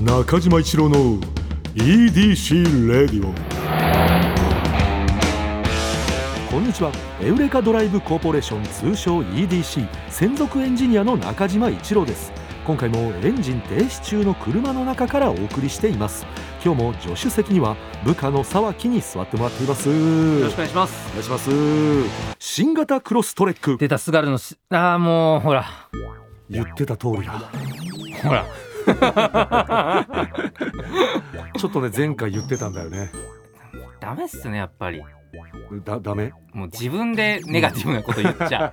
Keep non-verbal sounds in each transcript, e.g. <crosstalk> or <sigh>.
中島一郎の EDC レディオこんにちはエウレカドライブコーポレーション通称 EDC 専属エンジニアの中島一郎です今回もエンジン停止中の車の中からお送りしています今日も助手席には部下の沢木に座ってもらっていますよろしくお願いしますお願いします新型クロストレック出たスガルのしああもうほら言ってた通りだほらちょっとね前回言ってたんだよねダメっすねやっぱりだダメもう自分でネガティブなこと言っちゃ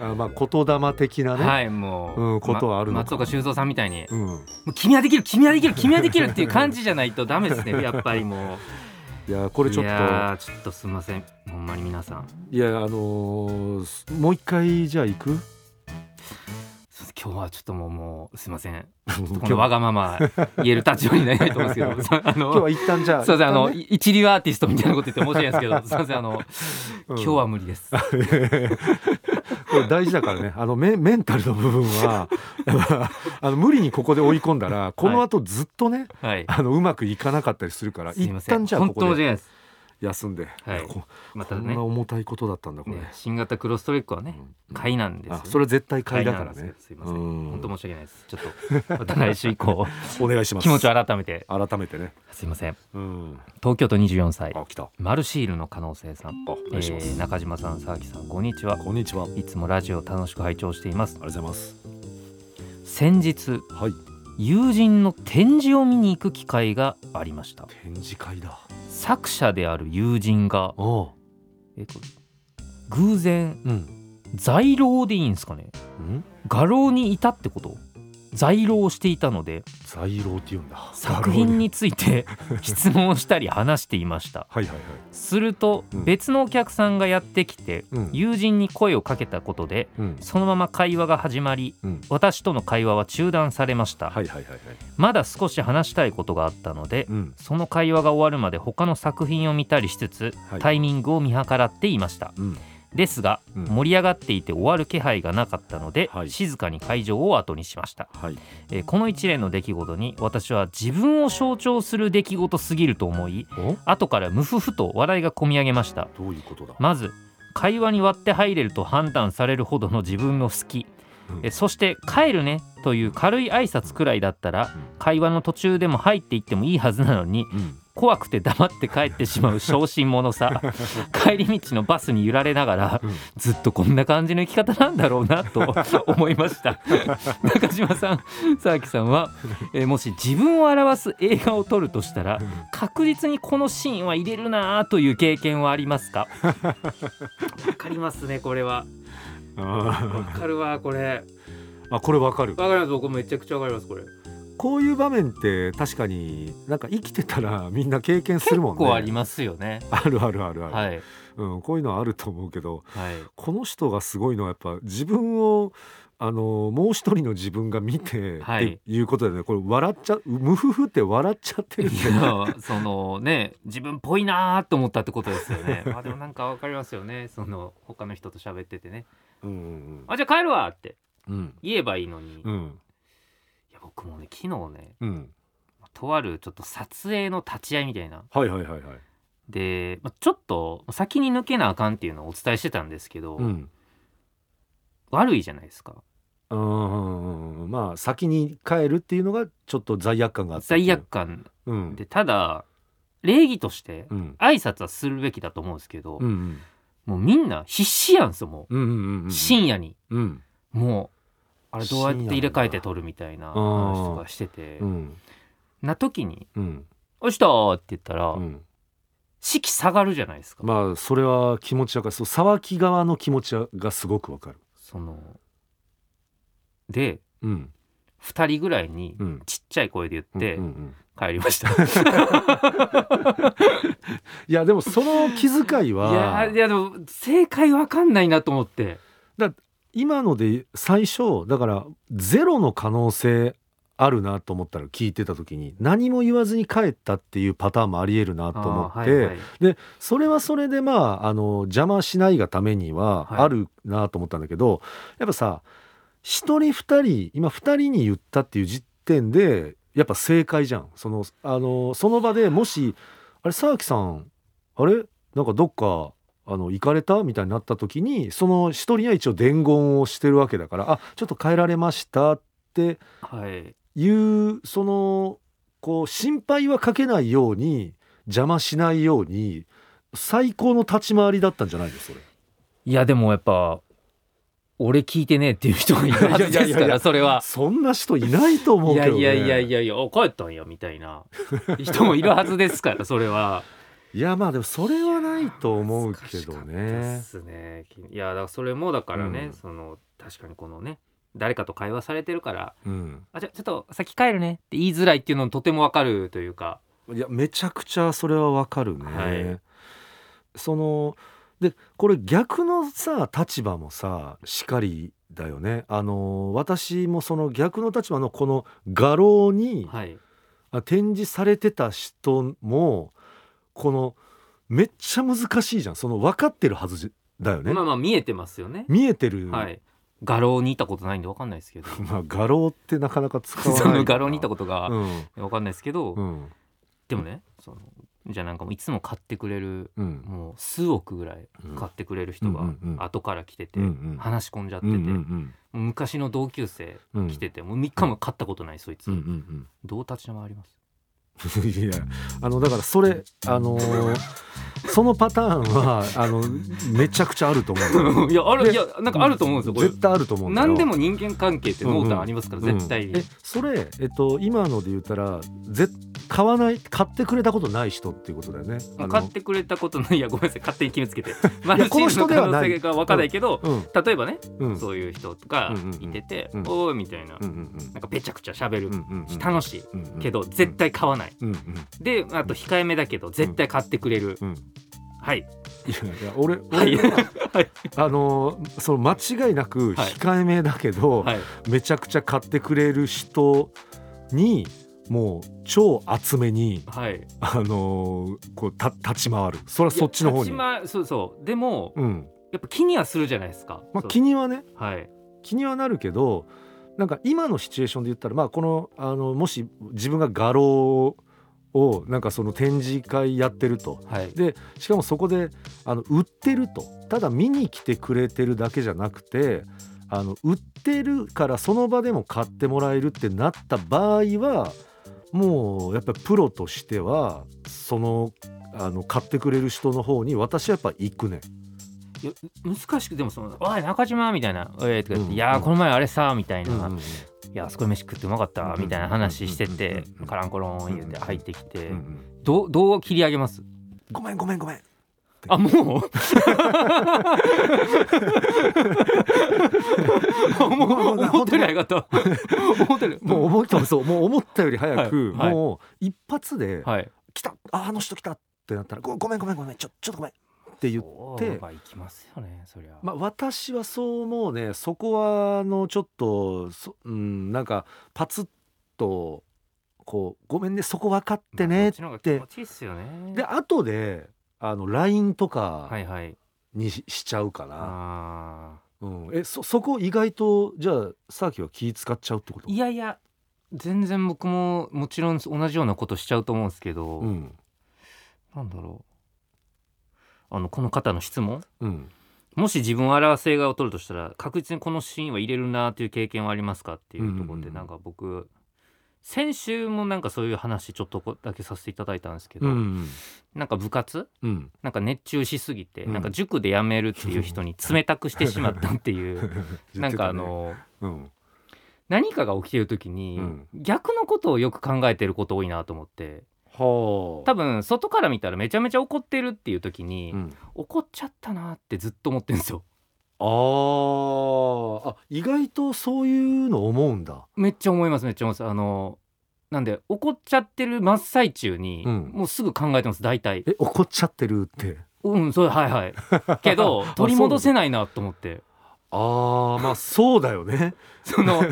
あまあ言霊的なう <laughs> ね、はいもう、うんことはあるのまか松岡修造さんみたいにうん「もう君はできる君はできる君はできる」っていう感じじゃないとダメです <laughs> ねやっぱりもういやこれちょっといやーちょっとすみませんほんまに皆さんいやあのーもう一回じゃあ行くす今日はちょっともうもうすみません今このわがまま言える立場になりたいと思う <laughs> んですけどあ今日のは一旦じゃあすいませんあの、一一流アーティストみたいなこと言って申し訳ないですけどすいませんあの、旦今ね日は無理ですこれ大事だから <laughs> ねあのメメンタルの部分は <laughs> あの無理にここで追い込んだらこの後ずっとね、はいあのうまくいかなかったりするからすい一ません旦じゃあこ本当こ間違いでないです休んで、はいこまたこんねな重たいことだったんだこれ、ね新型クロストレックはねうん買いなんですよ、あそれは絶対買いだから買なんねですよすいませんうん本当申し訳ないですちょっとまた来週 <laughs> 以降お願いします気持ちを改めて改めてねすいませんうん東京都24歳あ来たあマルシールの可能性さん、おえ願いします、ー中島さん沢木さんこんにちはこんにちはありいつもラジオを楽しく拝聴していますがとうございます先日はい友人の展示を見に行く機会がありました展示会だ作者である友人が、おうえっと、偶然うん在廊でいいんですかねうん画廊にいたってこと在廊をしていたので在廊って言うんだ作品について質問をしたり話していましたはいはいはいするとうん別のお客さんがやってきてうん友人に声をかけたことでうんそのまま会話が始まりうん私との会話は中断されました、はいはいはいはいまだ少し話したいことがあったのでうんその会話が終わるまで他の作品を見たりしつつはいタイミングを見計らっていましたうんですがうん盛り上がっていて終わる気配がなかったのではい静かに会場を後にしましたはいえーこの一連の出来事に私は自分を象徴する出来事すぎると思いお後からムフフと笑いがこみ上げましたどういうことだまず会話に割って入れると判断されるほどの自分の好き、うんえそして「帰るね」という軽い挨拶くらいだったらうん会話の途中でも入っていってもいいはずなのにうん怖くて黙って帰ってしまう小心 <laughs> 者さ帰り道のバスに揺られながらうんずっとこんな感じの生き方なんだろう <laughs> なと思いました中島さん沢木さんは、えーもし自分を表す映画を撮るとしたら確実にこのシーンは入れるなぁという経験はあります <laughs> かわかりますねこれはわあかるわこれーあこれわかるわかります僕めちゃくちゃわかりますこれこういう場面って確かになんか生きてたらみんな経験す結るもんね構ありますよねあるあるあるある、はいうん、こういうのはあると思うけどはいこの人がすごいのはやっぱ自分をあのもう一人の自分が見て、はいっていうことでねこれ笑っちゃ無夫婦って笑っちゃってるんいだよねやそのね自分っぽいなーと思ったってことですよね。まあでもなんかわかりますよね。その他の人と喋っててね。うんあじゃあ帰るわってうんうん言えばいいのに。ういんや僕もね昨日ねうんとあるちょっと撮影の立ち会いみたいなはいはいはいはいで、まあ、ちょっと先に抜けなあかんっていうのをお伝えしてたんですけど、うん悪いじゃないですか。うんまあ先に帰るっていうのがちょっと罪悪感があったっていう罪悪感うんでただ礼儀としてうん挨拶はするべきだと思うんですけど、うんうんもうみんな必死やんすよもうんうんうう、ん深夜に。うんもうあれどうやって入れ替えて深撮るみたいなあー話とかしてて、うんな時にうん「おいした!」って言ったら、うん士気下がるじゃないですか、まあそれは気持ちわかるそう沢木側の気持ちがすごくわかるそのでうん2人ぐらいにうんちっちゃい声で言ってうんうんうん帰りま <laughs> した、いやでもその気遣いいやはーいやでも正解わかんないなと思って今ので最初だからゼロの可能性あるなと思ったら聞いてた時に何も言わずに帰ったっていうパターンもありえるなと思って、あーはいはいそれはそれでまああの邪魔しないがためにはいはあるなと思ったんだけど、やっぱさ一人二人今二人に言ったっていう時点でやっぱ正解じゃんそのあのその場でもしあれ沢木さんあれなんかどっかあの行かれたみたいになった時にその一人には一応伝言をしてるわけだからあちょっと変えられましたってはいいうそのこう心配はかけないように邪魔しないように最高の立ち回りだったんじゃないですかそれいやでもやっぱ俺聞いてねえっていう人がいるはずいやでいやいすやいやからそれは。そんな人いないと思いうけやど、ね、いやいやいやいやあ帰ったんやみたいな人もいるはずです <laughs> からそれは。いやまあでもそれはないと思うけど難ねしかったっすねいやだからそれもだからね、うんその確かにこのね誰かと会話されてるからうん「あじゃあちょっと先帰るね」って言いづらいっていうのもとてもわかるというかいやめちゃくちゃそれはわかるね、はいそのでこれ逆のさ立場もさしかりだよねあの私もその逆の立場のこの画廊に、はいあ展示されてた人もこのめっちゃ難しいじゃんその分かってるはずじだよね、まあまあ見えてますよね、見えてる、はい画廊にいたことないんでわかんないですけどまあ画廊ってなかなか使わない <laughs> その画廊にいたことがうんわかんないですけど、うんでもねそのじゃあなんかもういつも買ってくれるうんもう数億ぐらい買ってくれる人がうんうんうん後から来てて、うんうん話し込んじゃってうんて、うんうんもう昔の同級生うん来てて、もう3日も買ったことないそいつ、うんうん <laughs> どう立ち回りますうんいやあのだからそれあのーそのパターンはあのめちゃくちゃあると思うよいやあるでいや <laughs> なんかあると思うんですよこれ絶対あると思うんだよ何でも人間関係って濃淡ありますから、うんうん絶対に、えそれ、えっと、今ので言ったらぜ買わない買ってくれたことない人っていうことだよね。あの買ってくれたことないいやごめんなさい勝手に決めつ <laughs> けてマやルこチのーズ人のでは可ない能性が分かんないけどうん例えばね、うんそういう人とかいてて「うんうんうんおーい」みたいな、うんうんなんかべちゃくちゃ喋る、うんうんうんうん楽しいうんうんけど絶対買わない、うんうんであと控えめだけど絶対買ってくれる、うんはいいやいや <laughs> 俺は俺い <laughs> はいあのーその間違いなくはい控えめだけどはいめちゃくちゃ買ってくれる人にもう超厚めにはいあのーこうた立ち回るそれはそっちの方いにや。立ち回そうそうでも、うんやっぱ気にはするじゃないですか、まあ、そう気にはねはい気にはなるけどなんか今のシチュエーションで言ったら、まあ、このあのもし自分が画廊をなんかその展示会やってるとはいでしかもそこであの売ってるとただ見に来てくれてるだけじゃなくてあの売ってるからその場でも買ってもらえるってなった場合はもうやっぱりプロとしてはそのあの買ってくれる人の方に私はやっぱ行くね。いや難しくでもその「おい中島」みたいな「えーとか言ってうんいやーこの前あれさ」みたいな「うんうんうんいやあそこで飯食ってうまかった」みたいな話しててうんうんカランコロン言ううんて入ってきて、うんうんどうどう切り上げますごめんごめんごめんあ <laughs> もうもうもう思ってない <laughs> 方思ってるもう思ったそうもう思ったより早く、はいはいもう一発ではい「来たああの人来た」ってなったら「ごごめんごめんごめんちょちょっとごめん」って言うそうがいきますよねそりゃ、まあ私はそう思うねそこはあのちょっとそうんなんかパツッとこう「ごめんねそこ分かってまね」あっそちの方がて気持ちいいっすよねで後であの LINE とはかいはいにししちゃうかな、あうん、えそそこ意外とじゃあサーキは気使っちゃうってことーいやいや全然僕ももちろん同じようなことしちゃうと思うんですけど、うんなんだろうあのこの方の質問うんもし自分を表す映画を撮るとしたら確実にこのシーンは入れるなっていう経験はありますかっていうところうんうんうでんなんか僕先週もなんかそういう話ちょっとだけさせていただいたんですけど、うんなんか部活 <laughs> うんなんか熱中しすぎて、うんなんか塾で辞めるっていう人に冷たくしてしまったって <laughs> いうなんかあ、のうん、何かが起きてる時に、うん逆のことをよく考えてること多いなと思っては多分外から見たらめちゃめちゃ怒ってるっていう時に、うん、怒っちゃったなってずっと思ってるんですよあーあ意外とそういうの思うんだめっちゃ思いますめっちゃ思いますあのなんで怒っちゃってる真っ最中に、うんもうすぐ考えてます大体え怒っちゃってるってうんそうは <laughs> いはいけど取り戻せないなと思ってああまあそうだよ <laughs> ねその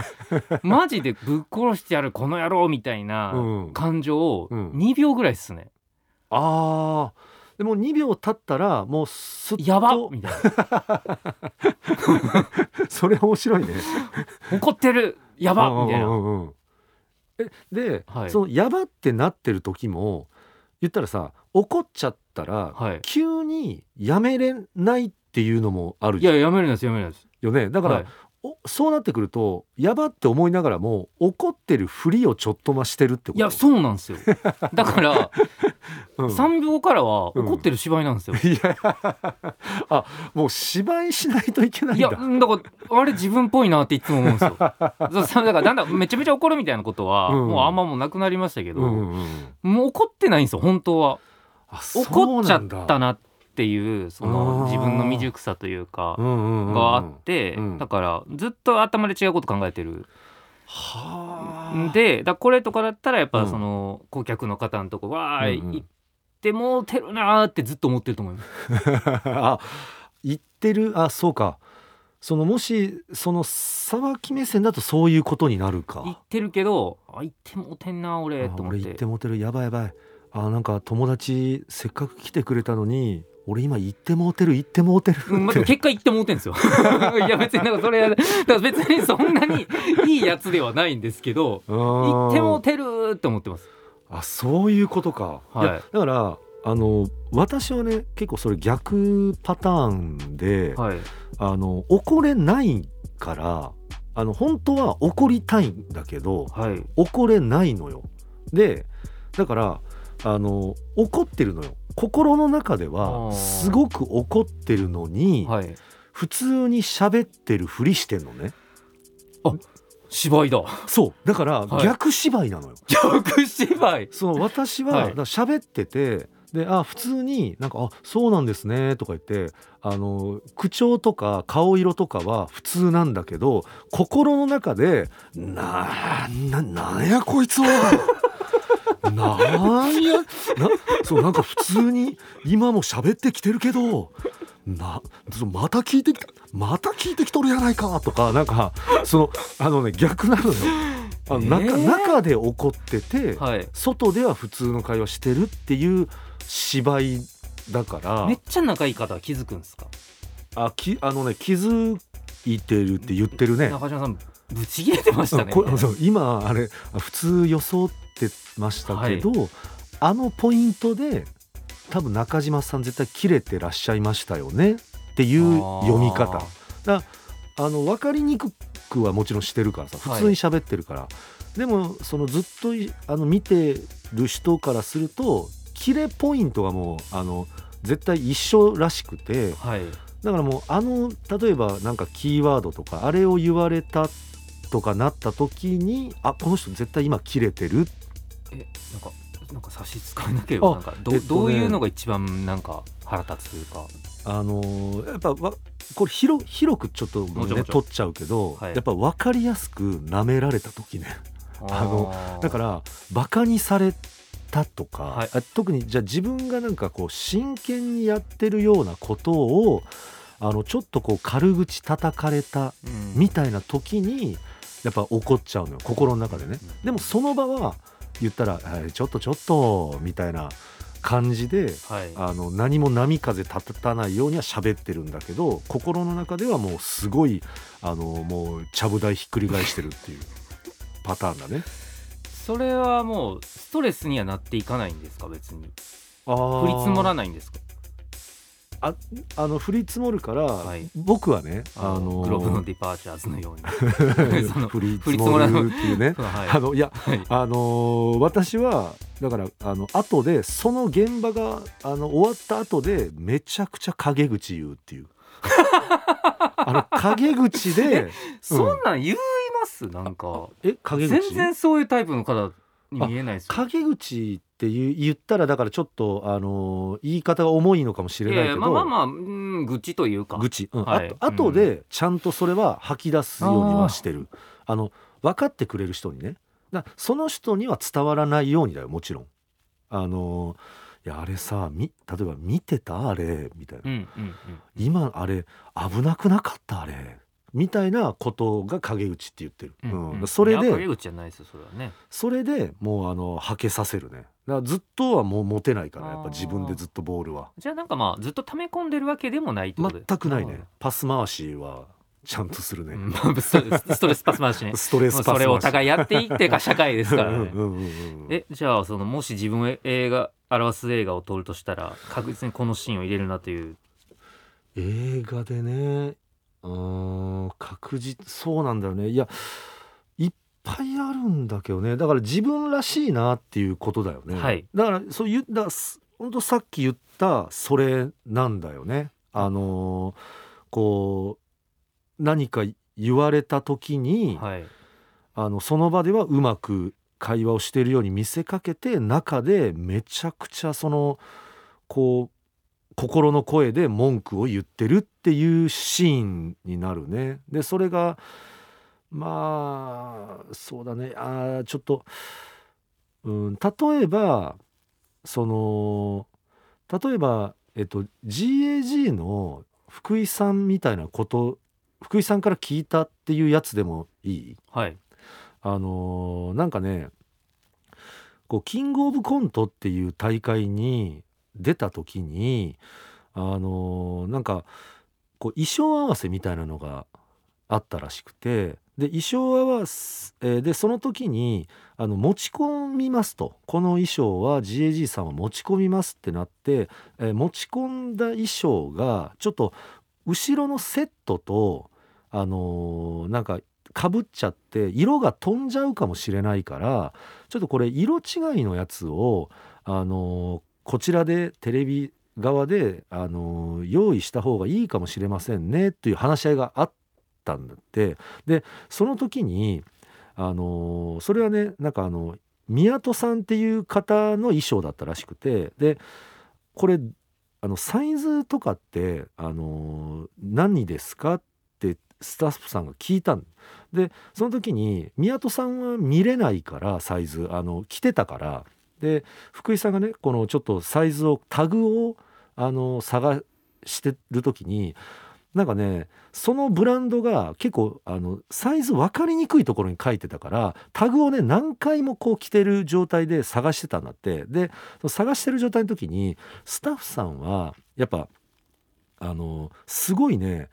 マジでぶっ殺してやるこの野郎みたいなうん感情をうん2秒ぐらいっすね、ああでも2秒経ったらもうすっとやばっみたいな <laughs> それ面白いね怒ってるやばっみたいなうんうんうんうんで、はいそのやばってなってる時も言ったらさ怒っちゃったら、はい急にやめれないっていうのもあるいややめるんですやめるんですよねだから、はいおそうなってくるとやばって思いながらも怒ってるふりをちょっとましてるってこといやそうなんですよだからうん3秒からは怒ってる芝居なんですよ、いやあもう芝居しないといけないんいやだだからあれ自分っぽいなっていつも思うんです <laughs> よそうそうだからだんだんめちゃめちゃ怒るみたいなことは、うんもうあんまもうなくなりましたけど、うんうんうんもう怒ってないんですよ本当はあそ怒うっちゃなっんだたなっていうそあのー自分の未熟さというかうんうんうんうんがあって、うんだからずっと頭で違うこと考えてるはあんでだこれとかだったらやっうぱんその顧客の方のとこわーい、うんうん行ってもうてるなーってずっと思ってると思います <laughs> あ言ってるあそうかそのもしその騒ぎ目線だとそういうことになる行っかてるけどあ行ってもうてんなー俺あと思っ俺言っててもてるやばいやばいあなんか友達せっかく来てくれたのに俺今言ってもうてる言ってもうてるって、うんまあ、でも結果言ってもうてんですよ <laughs> いや別になんかそれだから別にそんなにいいやつではないんですけど行行ってもうてるーって思ってますあそういうことか、はいやだからあの私はね結構それ逆パターンで、はいあの怒れないからあの本当は怒りたいんだけどはい怒れないのよでだからあの怒ってるのよ心の中であはーすごく怒ってるのに、はい普通に喋ってるふりしてんのね芝居だそうだからはい逆芝居なのよ、曲芝居その私はいはだから喋っててであ普通になんか「あそうなんですね」とか言ってあの口調とか顔色とかは普通なんだけど心の中で「なななんやこいつは!」 <laughs> なんやなそうなんか普通に今も喋ってきてるけどなそうまた聞いてきたまた聞いてきとるやないかとかなんかそのあのね逆なのよあの、中えー中で怒ってて、はい外では普通の会話してるっていう芝居だからめっちゃ仲いい方は気づくんですかあきあのね気づいてるって言ってるね中島さんぶち切れてましたねこ <laughs> そう今あれあ普通装ってましたけど、あのポイントで多分中島さん絶対切れてらっしゃいましたよねっていう読み方ああの分かりにくくはもちろんしてるからさはい普通に喋ってるから、でもそのずっといあの見てる人からするとキレポイントがもうあの絶対一緒らしくてーはいだからもうあの例えばなんかキーワードとかあれを言われたとかなった時にあこの人絶対今キレてるえなんかなんか差し支えなけれあばなんかど,、えっとねどういうのが一番なんか腹立つというかあのーやっぱわこれ広広くちょっとももちろねんもちろん取っちゃうけど、はいやっぱ分かりやすく舐められた時ね。あのーだからバカにされたとか、はいあ特にじゃあ自分がなんかこう真剣にやってるようなことをあのちょっとこう軽口叩かれたうんみたいな時にやっぱ怒っちゃうのよ心の中でねうんでもその場は言ったら「えーちょっとちょっと」みたいな感じではいあの何も波風立たないようには喋ってるんだけど心の中ではもうすごいあのもうちゃぶ台ひっくり返してるっていうパターンだね。それはもうストレスにはなっていかないんですか別にあー降り積もらないんですかあの降り積もるから、い僕はねああののグロ <laughs> ーブのディパーチャーズのようにその降り降積り積ももらないるっていうねそのはいあのいやはいあのー私はだからあの後でその現場があの終わった後でめちゃくちゃ陰口言うって <laughs> いうあの陰口でそんなん言いますなんかえ陰全口然そういうタイプの方に見えないですよ陰口って言う言ったらだからちょっとあのー言い方が重いのかもしれないけやどまあまあまあ、うん、愚痴というか愚痴、うんはいあと後でちゃんとそれは吐き出すようにはしてるあの分かってくれる人にねだその人には伝わらないようにだよもちろんあのいやあれさみ例えば「見てたあれ」みたいな「うんうん今あれ危なくなかったあれ」みたいなことが陰口って言ってる、うんうんうんうんそれいやで陰口じゃないですよそれはねそれでもうあの吐けさせるねだからずっとはもう持てないからやっぱ自分でずっとボールはじゃあなんかまあずっと溜め込んでるわけでもないってことで全くないねあパス回しはちゃんとするね、うんまあそうですストレスパス回しねストレもスうパスそれをお回し互いやっていってか社会ですからねうんうんうんうんえじゃあそのもし自分を映画表す映画を撮るとしたら確実にこのシーンを入れるなという映画でねうーん確実そうなんだよねいやいっぱいあるんだけどねだから自分らしいなっていうことだよね、はいだからそういうだからす本当さっき言ったそれなんだよねあのーこう何か言われた時に、はいあのその場ではうまく会話をしているように見せかけて中でめちゃくちゃそのこう心の声で文句を言ってるっていうシーンになるね。でそれがまあそうだねあーちょっと、うん、例えばその例えば、えっと、GAG の福井さんみたいなこと福井さんから聞いたっていうやつでもいいはいあのーなんかねこうキングオブコントっていう大会に出た時にあのーなんかこう衣装合わせみたいなのがあったらしくてで衣装合わせ、えーでその時にあの持ち込みますとこの衣装は GAG さんは持ち込みますってなって、えー持ち込んだ衣装がちょっと後ろのセットとあのーなんかかぶっちゃって色が飛んじゃうかもしれないからちょっとこれ色違いのやつを、あのーこちらでテレビ側で、あのー用意した方がいいかもしれませんねっていう話し合いがあったんだってでその時に、あのーそれはねなんかあの宮戸さんっていう方の衣装だったらしくてでこれあのサイズとかって、あのー何ですかってスタッフさんが聞いたんでその時に宮戸さんは見れないからサイズあの着てたからで福井さんがねこのちょっとサイズをタグをあの探してる時になんかねそのブランドが結構あのサイズ分かりにくいところに書いてたからタグをね何回もこう着てる状態で探してたんだってでその探してる状態の時にスタッフさんはやっぱあのすごいね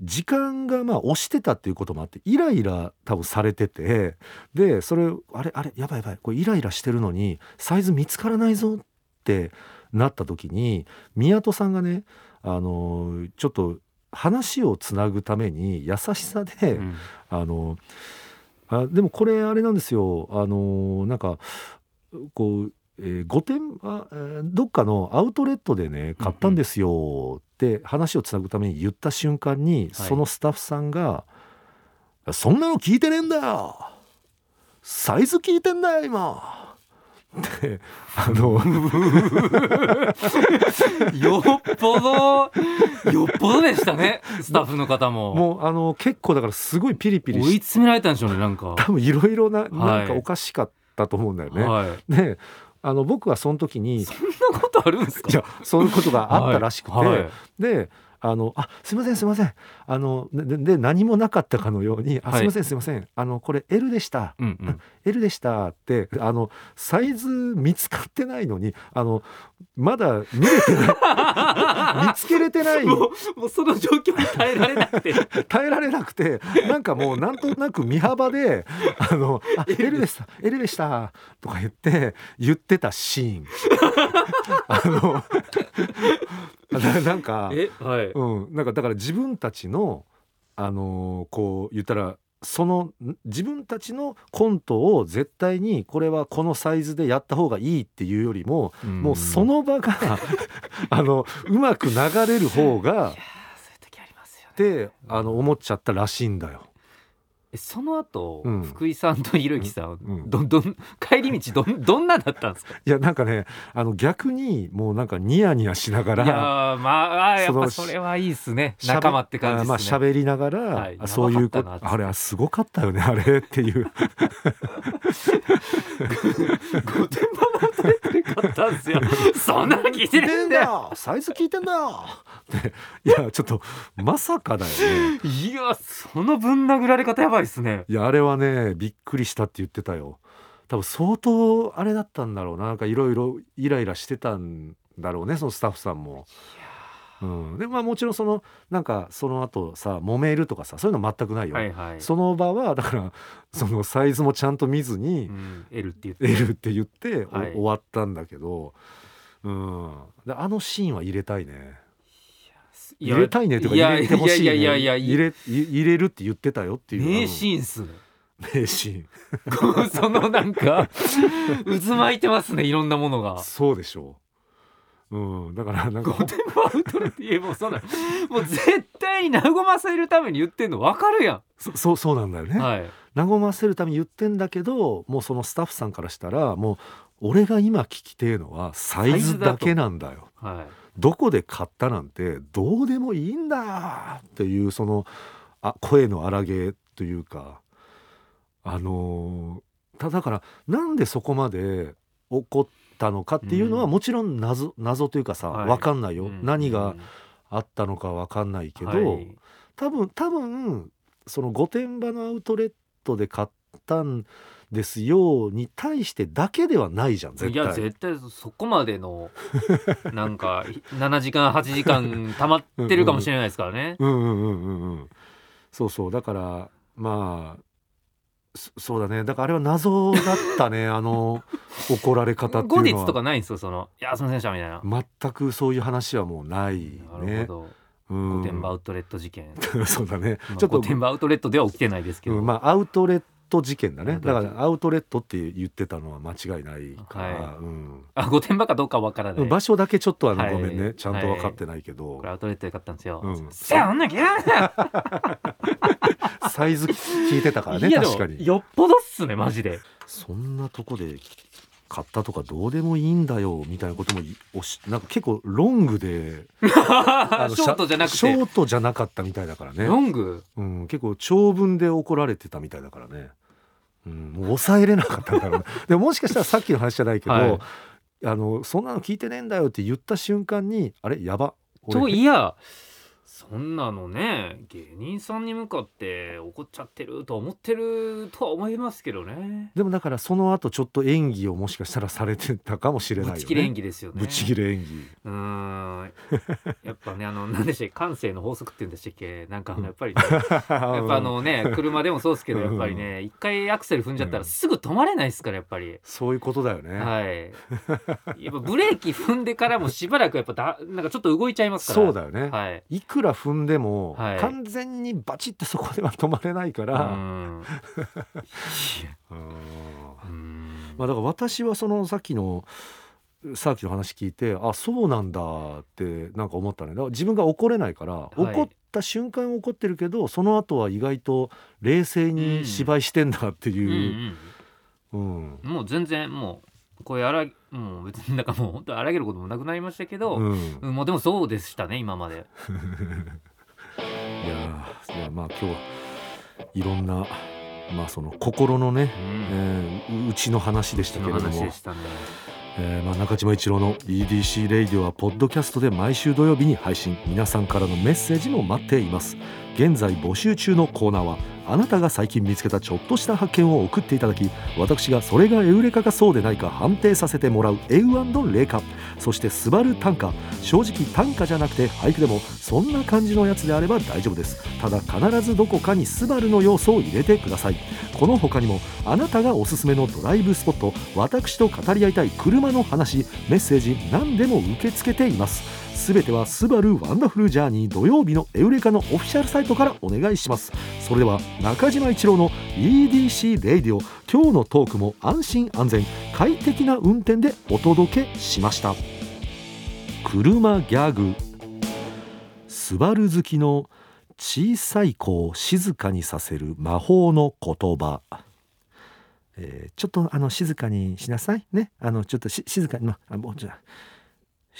時間がまあ押してたっていうこともあってイライラ多分されててでそれあれあれやばいやばいこれイライラしてるのにサイズ見つからないぞってなった時に宮戸さんがねあのちょっと話をつなぐために優しさで、うんあのあでもこれあれなんですよあのなんかこう、えー、5点あえーどっかのアウトレットでね買ったんですよって話をつなぐために言った瞬間に、そのスタッフさんが「そんなの聞いてねえんだよサイズ聞いてんだよ今!」ってあ <laughs> のよっぽどよっぽどでした <laughs> ねスタッフの方ももうあの結構だからすごいピリピリ追いして詰められたんでしょうねなんか、多分いろいろなはなんいかおかしかったと思うんだよね。はいであの僕はその時にそんなことあるんですかいやそういうことがあったらしくて、はいはいであのあすいませんすいませんあのでで何もなかったかのように「あはいすいませんすいませんあのこれ L でしたうんうん、 L でした」ってあのサイズ見つかってないのにあのまだ見れて <laughs> ない見つけれてないもうもうその状況に耐えられな <laughs> くて耐えられなくてなんかもうなんとなく見幅で「あのあ L でした L でした」とか言って言ってたシ <laughs> ーン。あの <laughs> ななんかえはいうん、なんかだから自分たちの、あのーこう言ったらそのん自分たちのコントを絶対にこれはこのサイズでやった方がいいっていうよりも、もうその場 <laughs> があのうまく流れる方がいやーそういう時ありますよっねてあの思っちゃったらしいんだよ。えその後、うん福井さんとひろゆきさん、うんどんどん帰り道どんどんなだったんです <laughs> かいやなんかねあの逆にもうなんかニヤニヤしながいやーら。まああーやっぱそそのれはいいですねしゃべ仲間って感じあまあですね、喋りながら、はいあそういうこやばかったなっつってあれはすごかったよねあれっていう御殿場のトレッドで買ったんです <laughs> よそんなの聞いてるんだよよサイズ聞いてんだ <laughs> よっていやちょっとまさかだよねいやそのぶん殴られ方やばいですねいやあれはねびっくりしたって言ってたよ多分相当あれだったんだろうななんかいろいろイライラしてたんだろうねそのスタッフさんもうん、でまあもちろんそのなんかその後さ揉めるとかさそういうの全くないよ、はいはい。その場はだからそのサイズもちゃんと見ずにうん、L って言「って。 L」って言って、おはい終わったんだけど、うん、であのシーンは入れたいねい入やれたいねとか入れてほしい,、ね、いやいやいやいやい入や。れ入入れるって言ってたよっていう名シーンっすね。あの名シーンそのなんか渦巻いてますねいろんなものが。そうでしょう、うん、だからなんかゴテムアウトレって言えばそんなもう絶対に和ませるために言ってんの分かるやそ <laughs> そうそうなんだよね、ん。はい。和ませるために言ってんだけどもうそのスタッフさんからしたらもう俺が今聞きてえのはサイズだけなんだよはい。どこで買ったなんてどうでもいいんだっていうそのあ声の荒げというかあのーただからなんでそこまで怒ったのかっていうのはうんもちろん謎,、謎というかさはい分かんないよ、うん何があったのか分かんないけど、はい多分多分その御殿場のアウトレットで買ったんですよに対してだけではないじゃん絶対いや絶対そこまでのなんか7時間8時間溜まってるかもしれないですからね。うんうんうんうんうんそうそうだからまあそそうだねだからあれは謎だった <laughs> ねあの怒られ方ってい後う日のはとかないんですよその「いやすみませんでした」みたいな。全くそういう話はもうないなるね。ほうんど。御殿場アウトレット <laughs> 事件。そうだね、まあちょっ御と、殿場アウトレットでは起きてないですけど。うんまあアウトレット事件だアねウトレだッかトらアウトレットって言ってたのは間違いないから、はいうん、あ御殿場かどうかわからない。場所だけちょっとあの、はいごめんねちゃんと分かってないけど、これアウトレットで買ったんですよ。うんせやあんなきゃ。サイズ聞いてたからねいやでも確かによっぽどっすねマジで。そんなとこで買ったとかどうでもいいんだよみたいなこともいおしなんか結構ロングであの <laughs> ショートじゃなくシャショてートじゃなかったみたいだからロね、ング。うん、結構長文で怒られてたみたいだからね、うん、もう抑えれなかったんだろうな <laughs> でももしかしたらさっきの話じゃないけど、はいあのそんなの聞いてねえんだよって言った瞬間にあれやば俺といやそんなのね芸人さんに向かって怒っちゃってると思ってるとは思いますけどね。でもだからその後ちょっと演技をもしかしたらされてたかもしれないよぶね。ち切れ演技ですよね。ぶち切れ演技。うーん。やっぱねあの何 <laughs> でしたっけ感性の法則って言うんでしたっけなんかあのやっぱり、ね、ややっぱあのね車でもそうですけどやっぱりね一回アクセル踏んじゃったらすぐ止まれないですからやっぱり。 <laughs> そういうことだよね。はい。やっぱブレーキ踏んでからもしばらくやっぱだなんかちょっと動いちゃいますから。そうだよね。はい。いくら踏んでもはい完全にバチってそこでは止まれないかうら。ん。いやうんうんまあだから私はそのさっきのサーキの話聞いてあそうなんだってなんか思ったね。だから自分が怒れないから、い怒った瞬間は怒ってるけどその後は意外と冷静に芝居してんだってうんいう。うん。うんもう全然もうこれ荒げもう別になんかもう本当荒げることもなくなりましたけど、うんうんもうでもそうでしたね今まで。いやーいやまあ今日はいろんな、まあ、その心のねう、えん。ーうちの話でしたけのれど話もで、したね。えーまあ、中島一郎の EDC レイディオはポッドキャストで毎週土曜日に配信皆さんからのメッセージも待っています現在募集中のコーナーはあなたが最近見つけたちょっとした発見を送っていただき私がそれがエウレカかそうでないか判定させてもらうエウレカそして「スバル短歌」正直短歌じゃなくて俳句でもそんな感じのやつであれば大丈夫ですただ必ずどこかに「スバルの要素を入れてくださいこの他にもあなたがおすすめのドライブスポット私と語り合いたい車の話メッセージ何でも受け付けていますすべては「スバルワンダフルジャーニー土曜日のエウレカのオフィシャルサイトからお願いしますそれでは中島一郎の EDC レイディオ今日のトークも安心安全快適な運転でお届けしました車ギャグスバル好きの小さい子を静かにさせる魔法の言葉、えーちょっとあの静かにしなさいねあのちょっとし静かにまあもうちょっと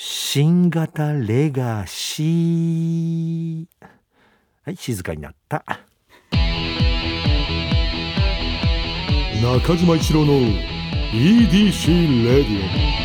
新型レガシーはい静かになった中島一郎の EDC レディ